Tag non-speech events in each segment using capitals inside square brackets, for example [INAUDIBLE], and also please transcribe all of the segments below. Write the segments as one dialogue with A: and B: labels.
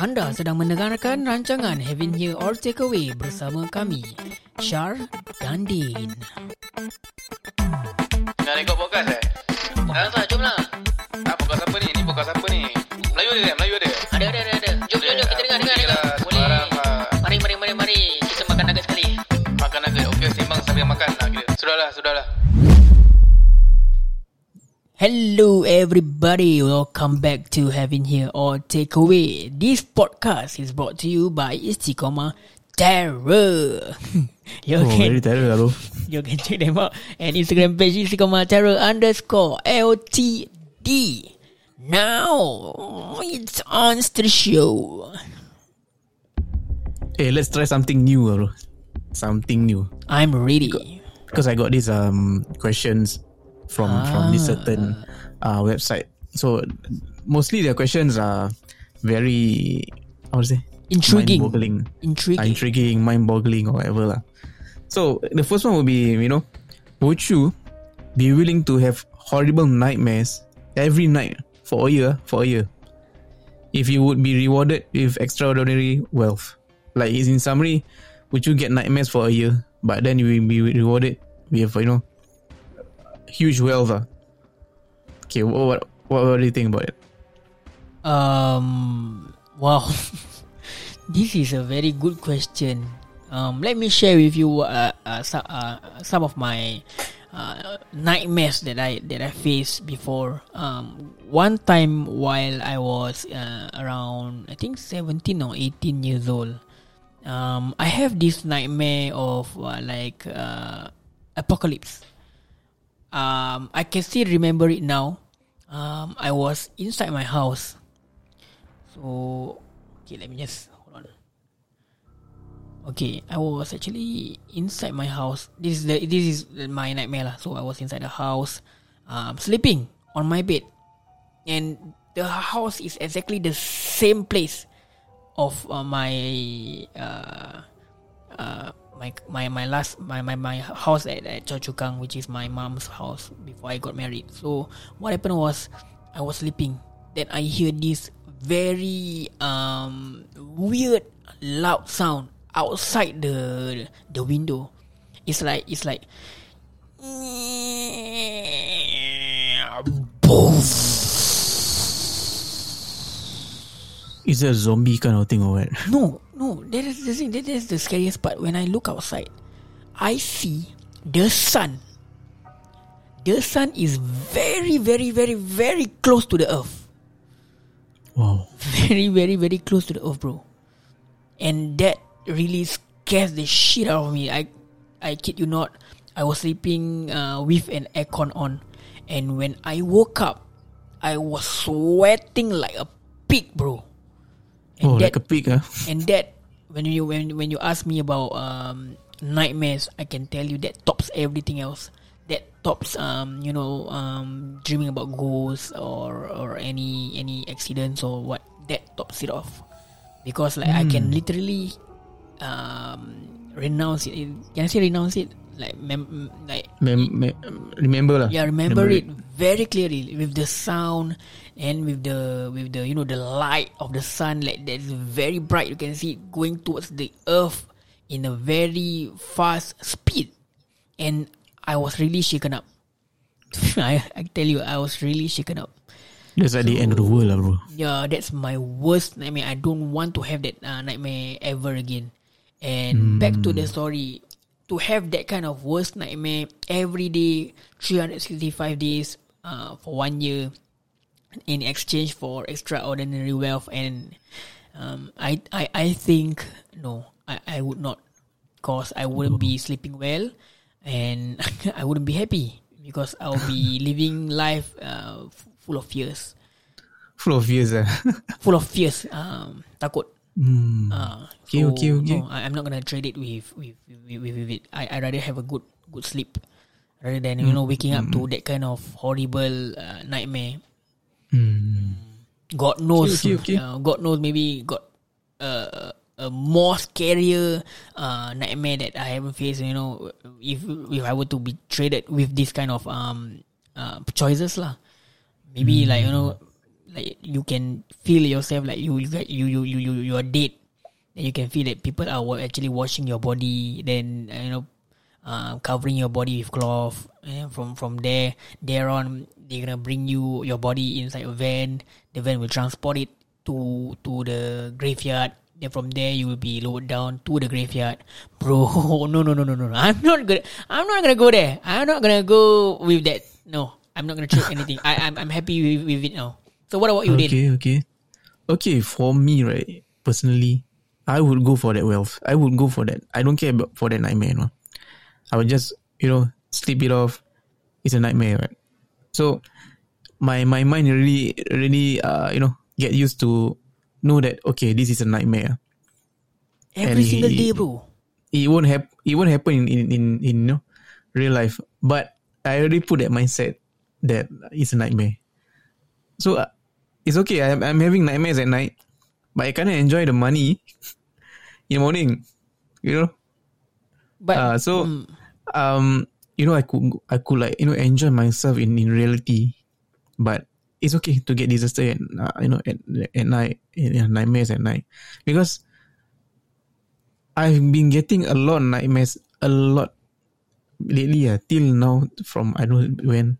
A: Anda sedang mendengarkan rancangan Having Here or Takeaway bersama kami, Shar dan Din.
B: Nak rekod podcast eh? Dah
C: lah.
B: tak, jomlah. Ah, podcast apa ni? Ni podcast apa ni? Melayu ada kan? Melayu ada?
C: Ada, ada, ada, ada. Jom, jom, jom. Kita dengar, dengar, dengar. Boleh.
B: Semarang, ah,
C: Mari, mari, mari, mari. Kita makan naga sekali.
B: makan naga. Okey, sembang sambil makan lah kira. Sudahlah, sudahlah.
A: Hello everybody, welcome back to Having Here or Takeaway. This podcast is brought to you by Istiqomah Terror. you,
D: Oh, very
A: can,
D: terror lah bro
A: you can check them out at Instagram page Istiqomah Terror underscore LTD. Now, it's on to the show.
D: Eh, let's try something new lah bro Something new
A: I'm ready.
D: Because I got these um questions From from this certain uh, website So Mostly their questions are Very How to say
A: Intriguing.
D: Mind-boggling
A: Intriguing.
D: Ah, Intriguing Mind-boggling or whatever lah So the first one would be You know Would you Be willing to have Horrible nightmares Every night For a year For a year if you would be rewarded with extraordinary wealth. Like is in summary, would you get nightmares for a year, but then you will be rewarded with you know huge wealth? ah. Okay, what what what, what do you think about it?
A: Um, wow, [LAUGHS] this is a very good question. Um, let me share with you uh, uh, so, uh, some of my uh, nightmares that I that I faced before. Um, one time while I was uh, around, I think seventeen or eighteen years old, um, I have this nightmare of uh, like uh, apocalypse. Um, I can still remember it now. Um, I was inside my house. So okay, let me just hold on. Okay, I was actually inside my house. This is the, this is my nightmare lah. So I was inside the house, um, sleeping on my bed, and the house is exactly the same place of uh, my uh, uh, my my my last my my, my house at, at Choa Chu Kang, which is my mom's house before I got married. So what happened was I was sleeping, then I hear this very um weird loud sound outside the the window. It's like it's like [LAUGHS]
D: Is it a zombie kind of thing or what? [LAUGHS]
A: No, no. That is the thing. That is the scariest part. When I look outside, I see the sun. The sun is very, very, very, very close to the earth. [LAUGHS]
D: Wow.
A: Very, very, very close to the earth, bro. And that really scares the shit out of me. I, I kid you not. I was sleeping uh, with an aircon on, and when I woke up, I was sweating like a pig, bro.
D: Oh,
A: that-
D: like a pig, huh?
A: And that when you when when you ask me about um nightmares, I can tell you that tops everything else. That tops um you know um dreaming about ghosts or or any any accidents or what that tops it off. Because like I can literally um renounce it. Can I say renounce it? Like mem- like
D: Mem- me- remember lah.
A: yeah, remember, it very clearly with the sound and with the with the you know the light of the sun like that's very bright. You can see it going towards the earth in a very fast speed, and I was really shaken up. [LAUGHS] I, I tell you, I was really shaken up.
D: That's at the end of the world, lah, bro.
A: Yeah, that's my worst nightmare. I don't want to have that uh, nightmare ever again. And back to the story, to have that kind of worst nightmare every day, 365 days uh, for one year in exchange for extraordinary wealth and um, I, I I think no I, I would not because I wouldn't be sleeping well and [LAUGHS] I wouldn't be happy because I'll be living life uh, f- full of fears
D: Full of fears, ah.
A: full of fears, um, takut.
D: Hmm.
A: Uh,
D: Okay, okay, okay.
A: No, I, I'm not gonna trade it with with with, with, with it. I I rather have a good good sleep rather than you know
D: Mm.
A: waking up to that kind of horrible uh, nightmare.
D: Hmm.
A: God knows,
D: Okay, okay, okay.
A: uh, God knows, maybe got uh, a more scarier uh, nightmare that I haven't faced. You know, if if I were to be traded with this kind of um uh, choices lah, maybe like you know
D: Mm.
A: like you can feel yourself like you you get- you you you you, you are dead, and you can feel that people are wa- actually washing your body. Then uh, you know, uh, covering your body with cloth. And then from from there, there on, they're gonna bring you your body inside a van. The van will transport it to to the graveyard. Then from there, you will be lowered down to the graveyard, bro. [LAUGHS] No, no, no, no, no. no. I'm not gonna. I'm not gonna go there. I'm not gonna go with that. No, I'm not gonna check anything. I, I'm I'm happy with, with it now. So what about you, Din?
D: [LAUGHS] Okay, okay. Okay, for me, right, personally, I would go for that wealth. I would go for that. I don't care about for that nightmare, you know. I would just, you know, sleep it off. It's a nightmare, right? So my my mind really really uh you know get used to know that okay, this is a nightmare.
A: Every
D: and he-
A: single day, bro.
D: it won't hap- it won't happen in in in, in you know, real life. But I already put that mindset that it's a nightmare. So uh, it's okay. I'm I'm having nightmares at night, but I kind of enjoy the money [LAUGHS] in the morning. You know,
A: But
D: uh, so
A: mm,
D: um, you know, I could I could like you know enjoy myself in in reality, but it's okay to get disaster at uh, you know at at night, in, in nightmares at night, because I've been getting a lot of nightmares a lot lately. Uh, till now, from I don't know when,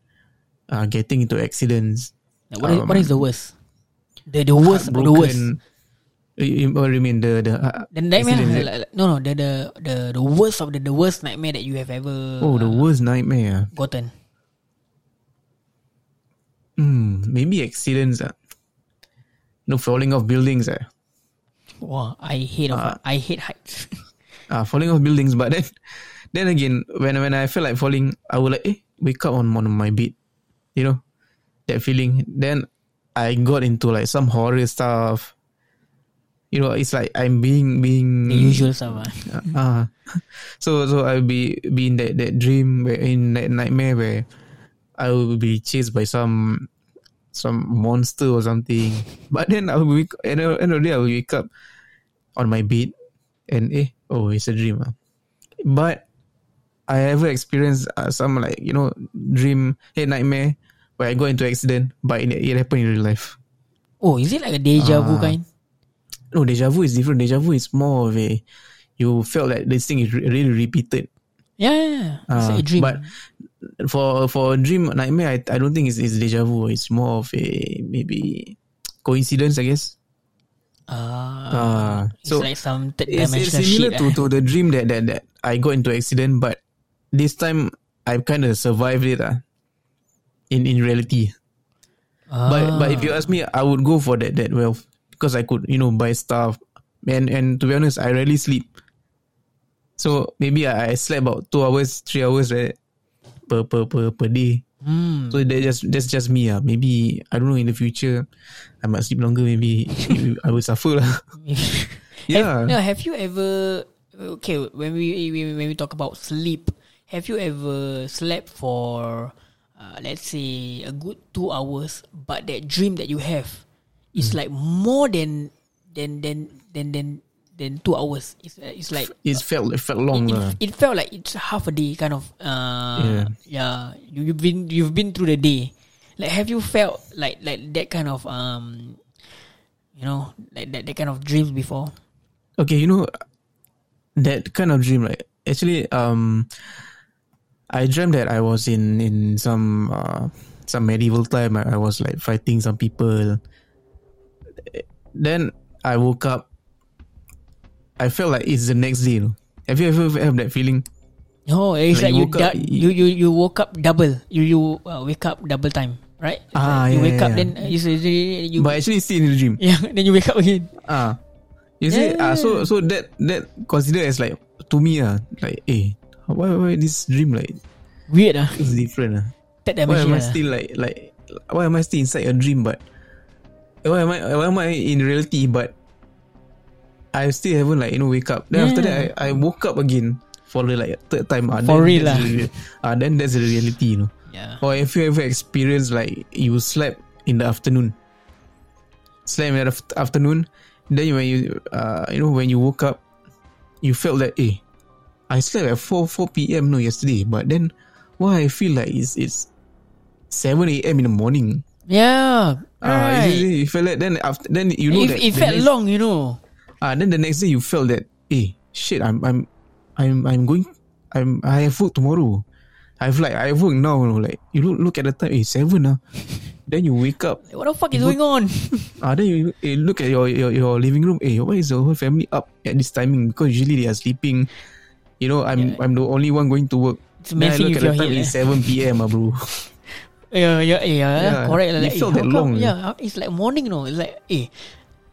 D: uh, getting into accidents,
A: what,
D: Oh,
A: is, what is the worst? The the worst, the worst.
D: broken. You, you- what do you mean the the uh,
A: The nightmare,
D: accidents
A: like,
D: that-
A: like- no, no, the, the the the worst of the the worst nightmare that you have ever uh,
D: oh, the worst nightmare. ah.
A: gotten.
D: Hmm, maybe accidents. Uh. No falling off buildings. Uh.
A: Wow, I hate of,
D: Ah.
A: I hate
D: [LAUGHS]
A: heights.
D: uh, falling off buildings. But then, [LAUGHS] then again, when when I feel like falling, I will like, eh, wake up on, on my bed, you know, that feeling. Then I got into like some horror stuff. You know, it's like I'm being being
A: the usual stuff. ah.
D: Ah, so so I'll be be in that that dream where in that nightmare where I will be chased by some some monster or something. But then I will wake and end of the day I will wake up on my bed and eh oh it's a dream. ah. But I ever experienced uh, some like you know dream eh nightmare where I got into accident, but it, it happened in real life.
A: Oh, is it like a deja vu
D: Ah.
A: kind?
D: No, deja vu is different. Deja vu is more of a you felt like this thing is re- really repeated.
A: Yeah, yeah, yeah. it's
D: Ah,
A: like a dream.
D: But for for a dream nightmare, I, I don't think it's, it's deja vu. It's more of a maybe coincidence, I guess.
A: Ah,
D: Uh,
A: it's
D: so
A: like some third
D: it's, it's
A: dimensional
D: similar
A: shit.
D: to,
A: ah.
D: to the dream that, that that I got into accident, but this time I kind of survived it. Uh, in in reality,
A: ah.
D: but but if you ask me, I would go for that that wealth because I could you know buy stuff and and to be honest, I rarely sleep. So maybe I, I slept about two hours, three hours like that, per per per per day.
A: Hmm.
D: So that just that's just me. Uh. maybe I don't know in the future, I might sleep longer. Maybe I will suffer lah. [LAUGHS]
A: Ah. [LAUGHS] Have,
D: yeah.
A: no, have you ever okay when we when we- when we talk about sleep? Have you ever slept for uh, let's say a good two hours, but that dream that you have
D: Hmm.
A: is like more than than than than than than two hours. It's uh, it's like
D: It felt it felt long
A: it,
D: lah.
A: it felt like it's half a day kind of uh yeah,
D: Yeah.
A: You, you've been you've been through the day like have you felt like like that kind of um you know like that, that kind of dreams before
D: Okay, you know that kind of dream, right? Actually, um, I dreamt that I was in in some uh, some medieval time. I, I was like fighting some people. Then I woke up. I felt like it's the next day. you know. Have you ever had that feeling?
A: no Oh, it's like,
D: Like
A: you
D: you woke up-
A: du- you you you woke up double you you uh, wake up double time right It's like
D: Ah,
A: you
D: yeah,
A: wake
D: yeah,
A: up
D: yeah.
A: then uh, it's, it's, it's, you
D: But actually, it's still in the dream.
A: [LAUGHS] yeah then you wake up again
D: Ah, you see, ah, so so that that considered as like to me, ah, like eh, why why this dream like
A: weird ah
D: is different, ah.
A: that
D: Why am
A: dimension
D: I
A: ah.
D: still like like why am I still inside a dream but why am I why am I in reality but I still haven't like you know wake up. Then after that
A: Yeah.
D: I, I woke up again for the like third time. Ah,
A: For
D: then
A: real lah.
D: that's the real- Ah, then that's the reality, you know. [LAUGHS]
A: yeah
D: Or if you ever experience like you slept in the afternoon, slept in the aft- afternoon, then when you uh you know when you woke up, you felt that eh, I slept at four four p.m. no yesterday, but then why I feel like it's it's seven a.m. in the morning.
A: Yeah.
D: Ah,
A: right.
D: you, you felt that then after then you
A: It-
D: know that
A: it
D: the
A: felt
D: next-
A: long, you know.
D: Ah, then the next day you felt that, eh, shit, I'm, I'm, I'm, I'm going, I'm, I have work tomorrow. I've like, I have work now, you know, like you look, look at the time, eh, seven ah. then you wake up,
A: What the fuck is going
D: [LAUGHS]
A: on?
D: ah, then you eh, look at your, your your living room, eh, why is the whole family up at this timing? Because usually they are sleeping. You know, I'm I'm the only one going to work.
A: It's messing with
D: then I look at the
A: your
D: time,
A: head,
D: it's seven p.m. ah, bro. [LAUGHS]
A: Yeah, yeah, yeah, yeah.
D: Yeah,
A: correct.
D: it
A: Like,
D: felt
A: eh,
D: that
A: how
D: long,
A: come-
D: eh?
A: Yeah, how- it's like morning, no. It's like, eh,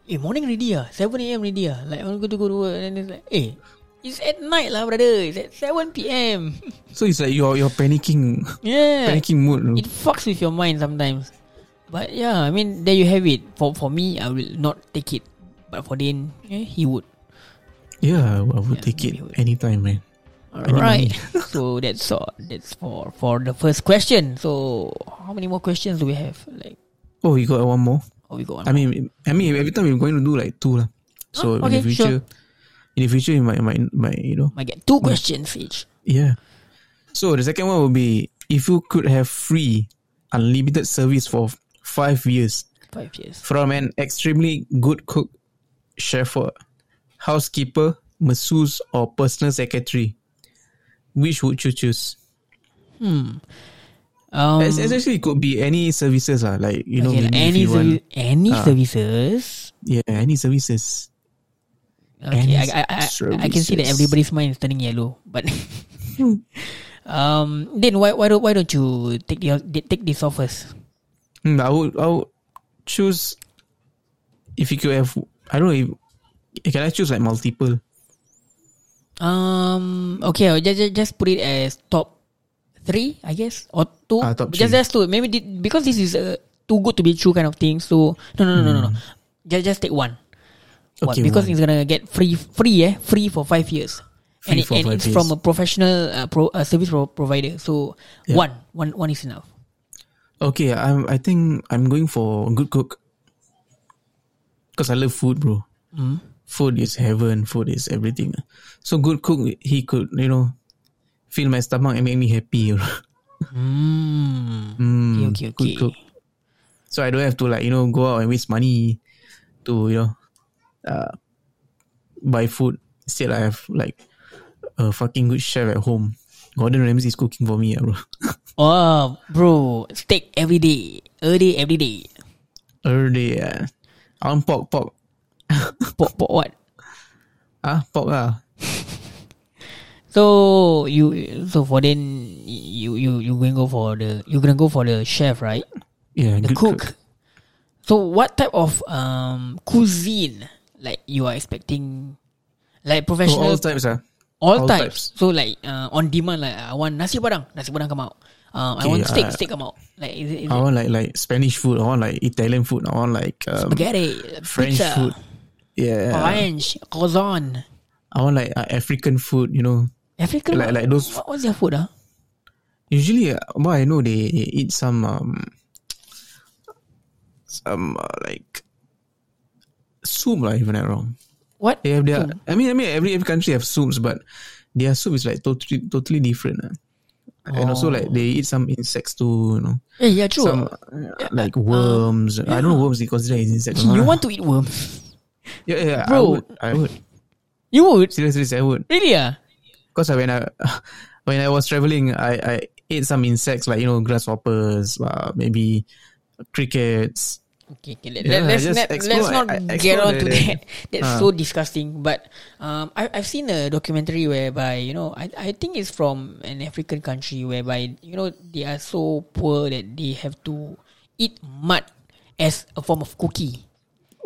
A: eh, morning already, ah. 7 a.m. already, ah. Like, I'm going to go to work. And then it's like, eh, it's at night, lah, brother. It's at 7 p.m.
D: so it's like you're you're panicking,
A: [LAUGHS] yeah.
D: panicking mood. you know.
A: It fucks with your mind sometimes. But yeah, I mean, there you have it. For for me, I will not take it. But for Dan, eh, he would.
D: Yeah, I would
A: Yeah,
D: take it
A: we would.
D: anytime, man.
A: Alright. [LAUGHS] so that's all. That's for for the first question. So how many more questions do we have? Like,
D: Oh, you got one more.
A: oh, we got one.
D: I mean, I mean, every time we're going to do like two lah. So
A: Ah,
D: in the
A: okay,
D: future, in the future, you might, might, might, you know,
A: I get two questions each.
D: yeah. So the second one will be if you could have free, unlimited service for five years
A: Five years.
D: from an extremely good cook, chef, or housekeeper, masseuse, or personal secretary, which would you choose?
A: Um,
D: It's Essentially, it could be any services lah, like you know,
A: okay, like
D: maybe
A: any
D: if you want,
A: servi- any
D: Ah.
A: services.
D: yeah, any services.
A: Okay,
D: any
A: I, I, I, I can see that
D: services.
A: everybody's mind is turning yellow, but [LAUGHS] um, then why why don't why don't you take the take this off first?
D: Hmm, I would I would choose if you could have I don't know if can I choose like multiple?
A: Um, okay, I'll just, just just put it as top three, I guess, or two.
D: Ah, top
A: just
D: three.
A: just two. Maybe thi- because this is uh, too good to be true kind of thing. So no no no no no. Just just take one. One,
D: Hmm. Okay,
A: because
D: one.
A: it's gonna get free free eh free for five years. and
D: Free
A: it,
D: for
A: and
D: five
A: it's
D: years.
A: from a professional uh, pro, uh, service pro- provider. So
D: Yeah.
A: one one one is enough.
D: Okay, I'm I think I'm going for good cook because I love food, bro. Food is heaven. Food is everything. So good cook, he could you know fill my stomach and make me happy.
A: Mm.
D: mm,
A: okay, okay,
D: good
A: okay.
D: cook. So I don't have to like you know go out and waste money to you know uh, buy food. Instead, I have like a fucking good chef at home. Gordon Ramsay is cooking for me, ah, bro. [LAUGHS]
A: Oh, bro, steak every day, a day every day.
D: Every day, yeah. I want pork, pork.
A: Pork, pork what?
D: Ah, pork ah.
A: So you so for then you you you going go for the you gonna go for the chef right?
D: Yeah,
A: The
D: good
A: cook. So what type of um cuisine like you are expecting? Like
D: So
A: professional
D: all types ah.
A: All,
D: All
A: types. So like uh, on demand, like I want nasi padang, nasi padang come out. Um, I
D: Okay,
A: want steak,
D: uh,
A: steak come out. Like is it, is
D: I
A: it
D: want like like Spanish food. I want like Italian food. I want like um,
A: spaghetti,
D: French
A: pizza, Oh,
D: food. Yeah.
A: French, croissant,
D: I want like uh, African food. You know,
A: African.
D: Like- like those-
A: What was their food? Ah,
D: usually uh, what I know they, they eat some um some uh, like soup lah if I'm not wrong.
A: what?
D: They have their
A: Soup?
D: I mean I mean every every country have soups but their soup is like totally totally different. ah. And also like they eat some insects too, you know.
A: Eh, yeah, true.
D: Some uh, like worms. I don't know worms they consider as insects. or
A: you
D: not.
A: want to eat worms?
D: yeah, yeah, I
A: Bro.
D: would. I would.
A: You would
D: Seriously, seriously, I would.
A: really? Ah,
D: Because when I [LAUGHS] when I was traveling, I I ate some insects like you know grasshoppers, uh, maybe crickets.
A: Okay, okay let,
D: Yeah,
A: let, let's,
D: just
A: not,
D: explore,
A: let's not
D: I- I
A: get
D: explore
A: on to
D: the-
A: that. [LAUGHS] That's
D: Ah.
A: so disgusting. But um, I, I've seen a documentary whereby, you know, I, I think it's from an African country whereby, you know, they are so poor that they have to eat mud as a form of cookie.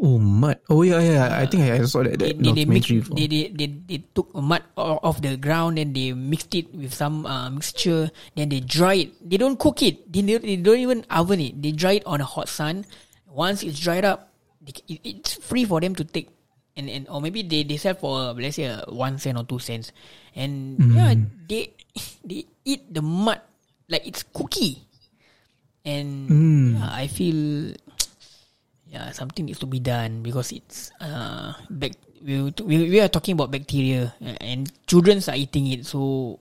D: Oh mud! Oh yeah, yeah. I think I I saw that,
A: They,
D: that
A: they, they, mix,
D: documentary. before.
A: they, they, they, they took mud o- off the ground and they mixed it with some uh, mixture. Then they dry it. They don't cook it. They, don't- they don't even oven it. They dry it on a hot sun. Once it's dried up, they, c- it, it's free for them to take. And, and or maybe they, they sell for uh, let's say uh, one cent or two cents, and
D: Mm.
A: yeah they [LAUGHS] they eat the mud like it's cookie, and
D: Mm.
A: yeah, I feel yeah, something needs to be done because it's uh back we we, we are talking about bacteria uh, and children are eating it, so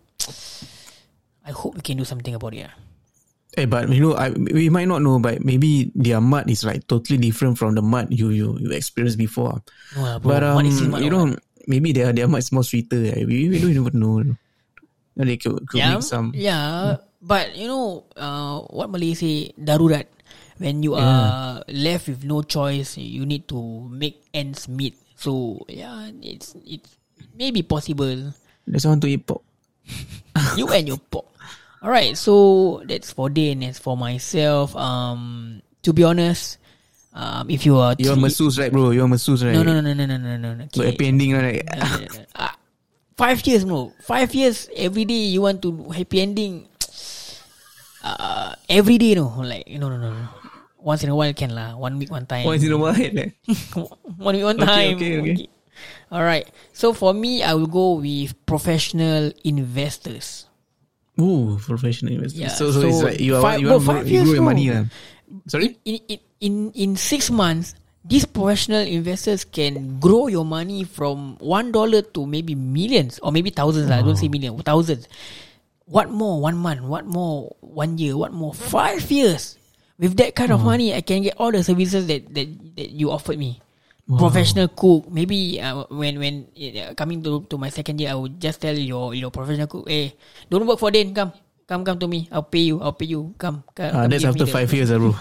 A: I hope we can do something about it. ah.
D: Eh, but you know, I, we might not know, but maybe their mud is like totally different from the mud you you, you experienced before.
A: No lah, bro.
D: but um,
A: Oh, What is in, what
D: you
A: out?
D: know, maybe their their mud is more sweeter. Eh. We, we don't even know. You know, They could, could
A: yeah,
D: make some.
A: yeah. But you know, uh, what Malay say, darurat. When you are left with no choice, you need to make ends meet. So yeah, it's it's maybe possible.
D: There's want to eat pork.
A: you and your pop. Alright, so that's for Dan. As for myself, um, to be honest, um, if you are
D: You're
A: three-
D: masseuse, right, bro? You're masseuse, right?
A: no, no, no, no, no, no, no, no, no.
D: So
A: Okay.
D: happy ending, right?
A: No, no, no, no. Ah, five years, bro. Five years every day you want to do happy ending. Uh, every day, no, like no, no, no, no. Once in a while can lah. One week, one time.
D: [LAUGHS] Once in a while. eh.
A: [LAUGHS] one week, one
D: Okay,
A: time.
D: okay, okay.
A: All right. So for me, I will go with professional investors.
D: Ooh, professional investor.
A: Yeah,
D: so, so, it's
A: so
D: like you, are,
A: five-
D: you
A: bro,
D: want to
A: five
D: grow- you
A: years
D: grow your
A: old.
D: money. lah. Sorry?
A: in in in in six months, these professional investors can grow your money from one dollar to maybe millions or maybe thousands. lah. I don't say million, thousands. What more? One month? What more? One year? What more? Five years. With that kind of money, I can get all the services that that that you offered me. Professional cook. Maybe uh, when when uh, coming to to my second year, I would just tell your your professional cook, hey, don't work for Dan. Come, come, come to me. I'll pay you. I'll pay you. Come, come.
D: Ah,
A: come
D: that's
A: give me
D: after
A: the-
D: five years, ah,
A: [LAUGHS]
D: bro.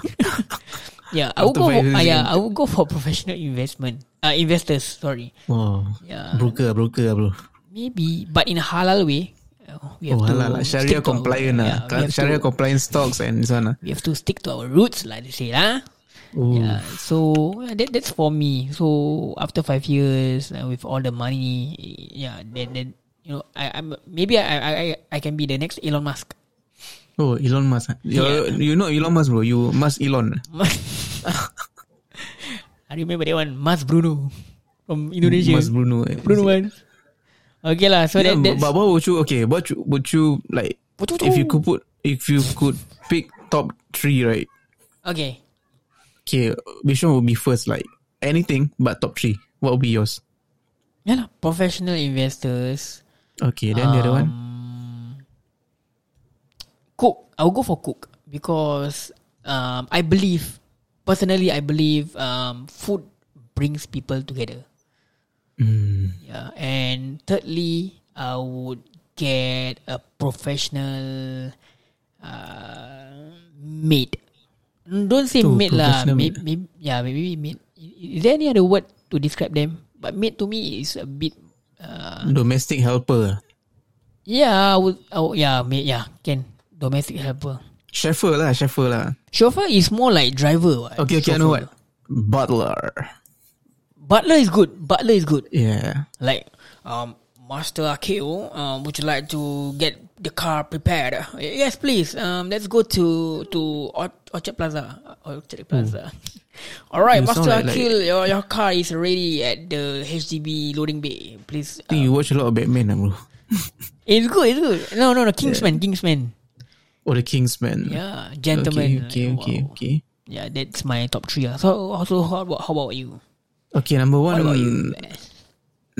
A: yeah, I would
D: After
A: go
D: five
A: for,
D: years,
A: ah,
D: you
A: yeah,
D: can-
A: I would go for professional investment. Uh, investors, sorry.
D: Wow.
A: Yeah.
D: Oh, Broker, ah, broker, ah, bro.
A: Maybe, but in a halal way. Uh, we have
D: Oh,
A: to
D: halal. lah.
A: stick
D: Sharia
A: to our-
D: compliant.
A: yeah,
D: lah.
A: we have
D: Sharia
A: to-
D: compliant stocks and so on. ah.
A: We have to stick to our roots, like they say, lah.
D: Ooh.
A: Yeah, so yeah, that that's for me. So after five years uh, with all the money, yeah, then then you know, I I'm maybe I I I, I can be the next Elon Musk. [LAUGHS]
D: Oh, Elon Musk. ah. You're, you know Elon Musk, bro. You must Elon. ah.
A: I remember that one, Mas Bruno from Indonesia.
D: Mas Bruno. eh.
A: Bruno one. Okay lah, so
D: Yeah,
A: that,
D: but,
A: that's
D: but what would you? Okay, what you, would you like?
A: What would
D: if you
A: you-
D: could put, if you could pick top three, right?
A: okay.
D: Okay, which one would be first? Like anything, but top three. What would be yours?
A: Yeah lah, professional investors.
D: Okay, then the other one.
A: Um, Cook. I'll go for cook because um, I believe, personally, I believe um, food brings people together.
D: Hmm.
A: Yeah, and thirdly, I would get a professional uh, maid. Mm, Don't say
D: Oh,
A: maid lah.
D: professional
A: Maybe,
D: maid.
A: maybe, yeah, maybe maid. Is there any other word to describe them? But maid to me is a bit. Uh,
D: Domestic helper,
A: yeah, I would, oh yeah, maid, yeah, can domestic helper.
D: chauffeur lah, chauffeur lah.
A: Chauffeur is more like driver. what.
D: Okay,
A: Chauffeur.
D: okay, I know what. Butler.
A: Butler is good. Butler is good.
D: Yeah.
A: Like, um, Master Akeo, um, would you like to get the car prepared? "Y- Yes, please. Um, let's go to to Or- Orchard Plaza. Uh, Orchard Plaza. [LAUGHS] All right,
D: Hmm. You sound
A: Master
D: like- like-
A: Akil, your your car is ready at the HDB loading bay. Please.
D: I think you watch a lot of Batman, lah, bro.
A: It's good. It's good. No, no, no. Kingsman. Kingsman.
D: Or the Kingsman.
A: Yeah,
D: Okay,
A: gentlemen.
D: Okay,
A: Wow.
D: okay, okay.
A: Yeah, that's my top three. ah. So, also, how about how about you?
D: Okay, number one.
A: What about
D: Um,
A: you? eh,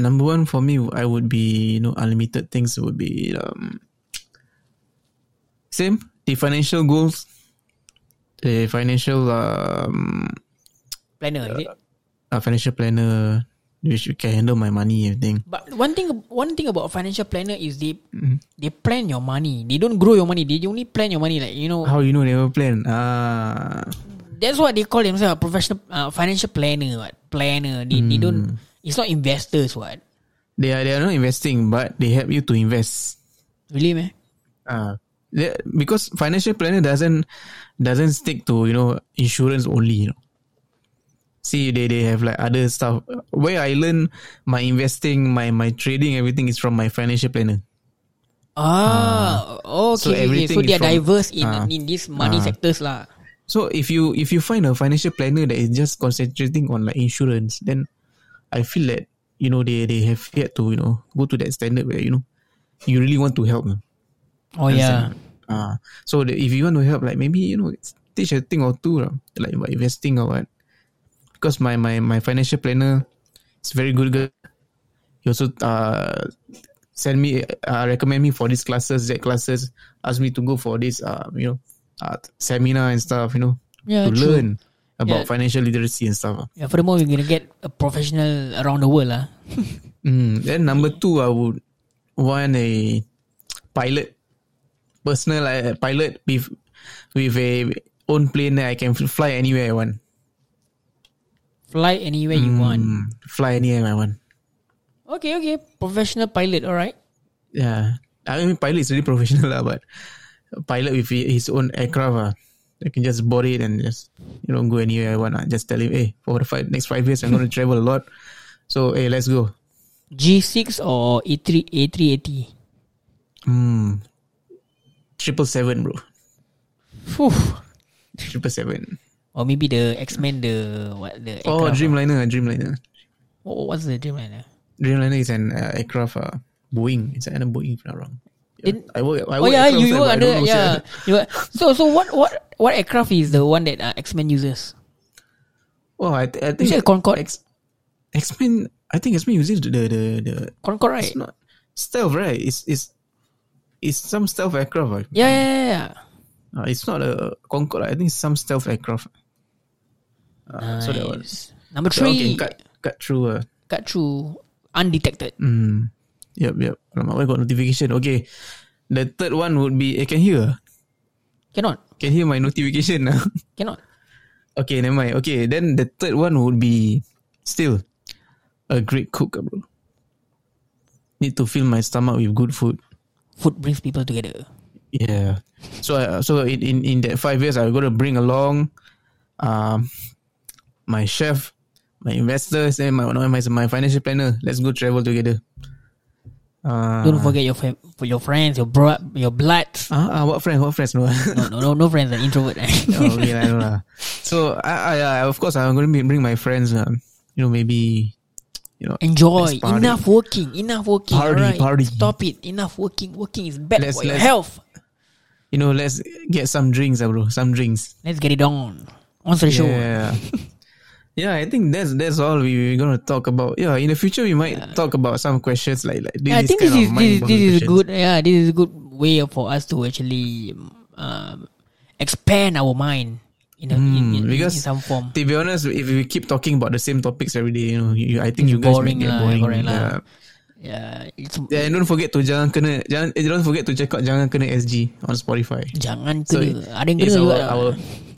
D: Number one for me, I would be you know unlimited things would be um same the financial goals, the financial um
A: Planner. is it?
D: uh, financial planner which you can handle my money everything.
A: But one thing, one thing about financial planner is they
D: Mm-hmm.
A: they plan your money. They don't grow your money. They only plan your money. Like you know,
D: How you know never plan? Ah,
A: that's what they call themselves a professional uh, financial planner. What planner? They they
D: Mm.
A: don't. It's not investors. What
D: they are they are not investing, but they help you to invest.
A: really, man?
D: Ah, they, because financial planner doesn't doesn't stick to you know insurance only. You know. See, they they have like other stuff. Where I learn my investing, my my trading, everything is from my financial planner.
A: Ah, okay.
D: So
A: okay. So
D: everything
A: they
D: is
A: are
D: from-
A: diverse in
D: ah,
A: in these money
D: ah.
A: sectors lah.
D: So if you if you find a financial planner that is just concentrating on like insurance, then I feel that you know they they have yet to you know go to that standard where you know you really want to help.
A: Oh yeah.
D: Uh, so the, if you want to help, like maybe you know, teach a thing or two, lah, like about investing or what. Because my my my financial planner is very good. Girl. He also uh send me uh, recommend me for these classes, that classes, ask me to go for this uh you know uh, seminar and stuff, you know,
A: Yeah,
D: to
A: true.
D: learn about
A: Yeah.
D: financial literacy and stuff. ah.
A: Yeah, furthermore, we're gonna get a professional around the world lah.
D: Mm. Then number two, I would want a pilot, personal uh, pilot with with a own plane that I can fl- fly anywhere I want.
A: Fly anywhere you want.
D: Mm, fly anywhere I want.
A: Okay, okay. Professional pilot, alright.
D: Yeah, I mean pilot is really [LAUGHS] professional lah, but a pilot with hi- his own aircraft ah, I can just board it and just you know go anywhere I want. ah. Just tell him, hey, for the five, next five years I'm gonna travel a lot, so hey, let's go.
A: G6 or A3 A380.
D: Mm. Triple seven, bro.
A: Phew.
D: Triple seven.
A: Or maybe the X-Men the what the
D: Oh,
A: aircraft.
D: Dreamliner, Dreamliner.
A: What, what's the Dreamliner?
D: Dreamliner is an uh, aircraft uh, Boeing. It's an Boeing, if I'm not wrong. Yeah.
A: Didn't-
D: I work. I
A: Oh
D: work
A: yeah,
D: aircraft,
A: you
D: but
A: were
D: I
A: under
D: don't know,
A: yeah.
D: sir.
A: You were, so so what what what aircraft is the one that uh, X-Men uses?
D: Oh, I, th- I
A: Is
D: think
A: it a Concorde?
D: X Men. I think X Men uses the the the. the
A: Concorde, right?
D: It's not stealth, right? It's it's it's some stealth aircraft. right?
A: Yeah, yeah, yeah, yeah.
D: Uh, it's not a Concorde. I think it's some stealth aircraft. Uh,
A: Nice.
D: so that one.
A: Number
D: So
A: three,
D: can cut cut through. Uh,
A: cut through undetected.
D: Mm. Yep, yep. Alamak, why got notification? Okay. The third one would be, I can hear.
A: Cannot,
D: Can hear my notification now.
A: cannot.
D: okay, never mind. Okay, then the third one would be still a great cook, ah, bro. Need to fill my stomach with good food.
A: Food brings people together.
D: Yeah. So, I, so in, in, in that five years, I'm going to bring along um, my chef, my investors, and my, no, my, my financial planner. Let's go travel together. Uh,
A: Don't forget your fam- for your friends, your bro, your bloods.
D: Ah, ah, what friends? What friends? No.
A: No, no, no, no friends. An introvert. eh? [LAUGHS]
D: oh, [LAUGHS] okay, I don't know. So, I, I, I, of course, I'm going to bring my friends. Um, you know, maybe, you know,
A: Enjoy.
D: let's party.
A: Enough working. Enough working.
D: Party,
A: alright?
D: party.
A: Stop it. Enough working. Working is bad
D: Let's-
A: for your
D: let's-
A: health.
D: You know, let's get some drinks, ah, bro. Some drinks.
A: Let's get it on. On to the show.
D: Yeah. [LAUGHS] yeah, I think that's that's all we, we're going to talk about. Yeah, in the future, we might talk about some questions like like this.
A: Yeah, I think this
D: kind
A: is
D: of
A: this is, this is
D: mind-boggling
A: good. Yeah, this is a good way for us to actually um, expand our mind in a, in, in,
D: questions. Hmm, Because
A: in some form.
D: to be honest, if we keep talking about the same topics every day, you know, you, I
A: It's
D: think you guys
A: boring
D: might get
A: lah,
D: boring.
A: correct lah.
D: yeah.
A: Yeah, it's
D: Yeah, and don't forget to jangan kena jangan eh, don't forget to check out jangan kena SG on Spotify.
A: jangan
D: So
A: kena. Ada yang kena
D: it's our,
A: juga.
D: our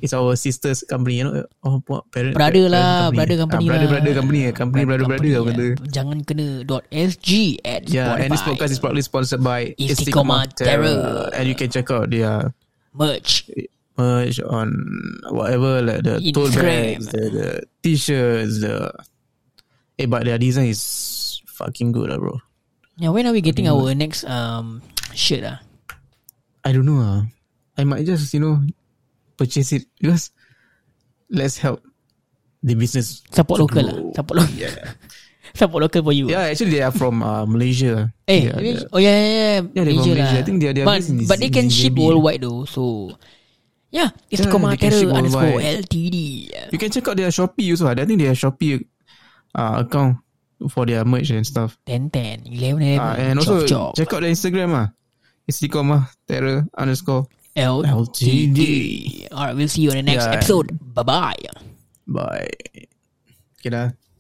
D: it's our sisters company you know oh what, parent
A: Brother
D: parent
A: lah, brother company
D: ah, brother
A: lah.
D: brother company eh, company brother brother
A: Company,
D: apa tu
A: yeah. Jangan kena .sg at
D: yeah and this
A: Spotify.
D: podcast is proudly sponsored by
A: Istiqomah
D: Istiqomah Terror.
A: Terror.
D: and you can check out their
A: merch.
D: merch on whatever like the tote
A: Instagram.
D: bags the, the t-shirts the eh but their design is fucking good lah bro
A: Yeah, when are we getting our next um shirt ah?
D: I don't know ah. I might just you know purchase it because let's help the business
A: Support
D: to
A: local lah.
D: grow.
A: Support local.
D: Yeah.
A: [LAUGHS] Support local for you.
D: Yeah, actually they are from uh, Malaysia.
A: Eh,
D: yeah,
A: Malaysia-
D: they're-
A: oh yeah, yeah, yeah.
D: Yeah, they're from Malaysia. I think they are- they are
A: but,
D: based in-
A: but they
D: in
A: can ship
D: JB.
A: worldwide though. So yeah, it's
D: Yeah,
A: yeah,
D: they can ship
A: Terror underscore
D: worldwide.
A: LTD.
D: you can check out their Shopee also. ah. I think they have Shopee uh, account for their merch and stuff.
A: 10, 10, 11, 11,
D: Ah, and also
A: chop, chop,
D: check out their Instagram ah. It's Istiqomah Terror underscore.
A: LTD.
D: LTD.
A: Alright, we'll see you on the next
D: Yeah.
A: episode. Bye bye.
D: Bye. Okay lah. dah.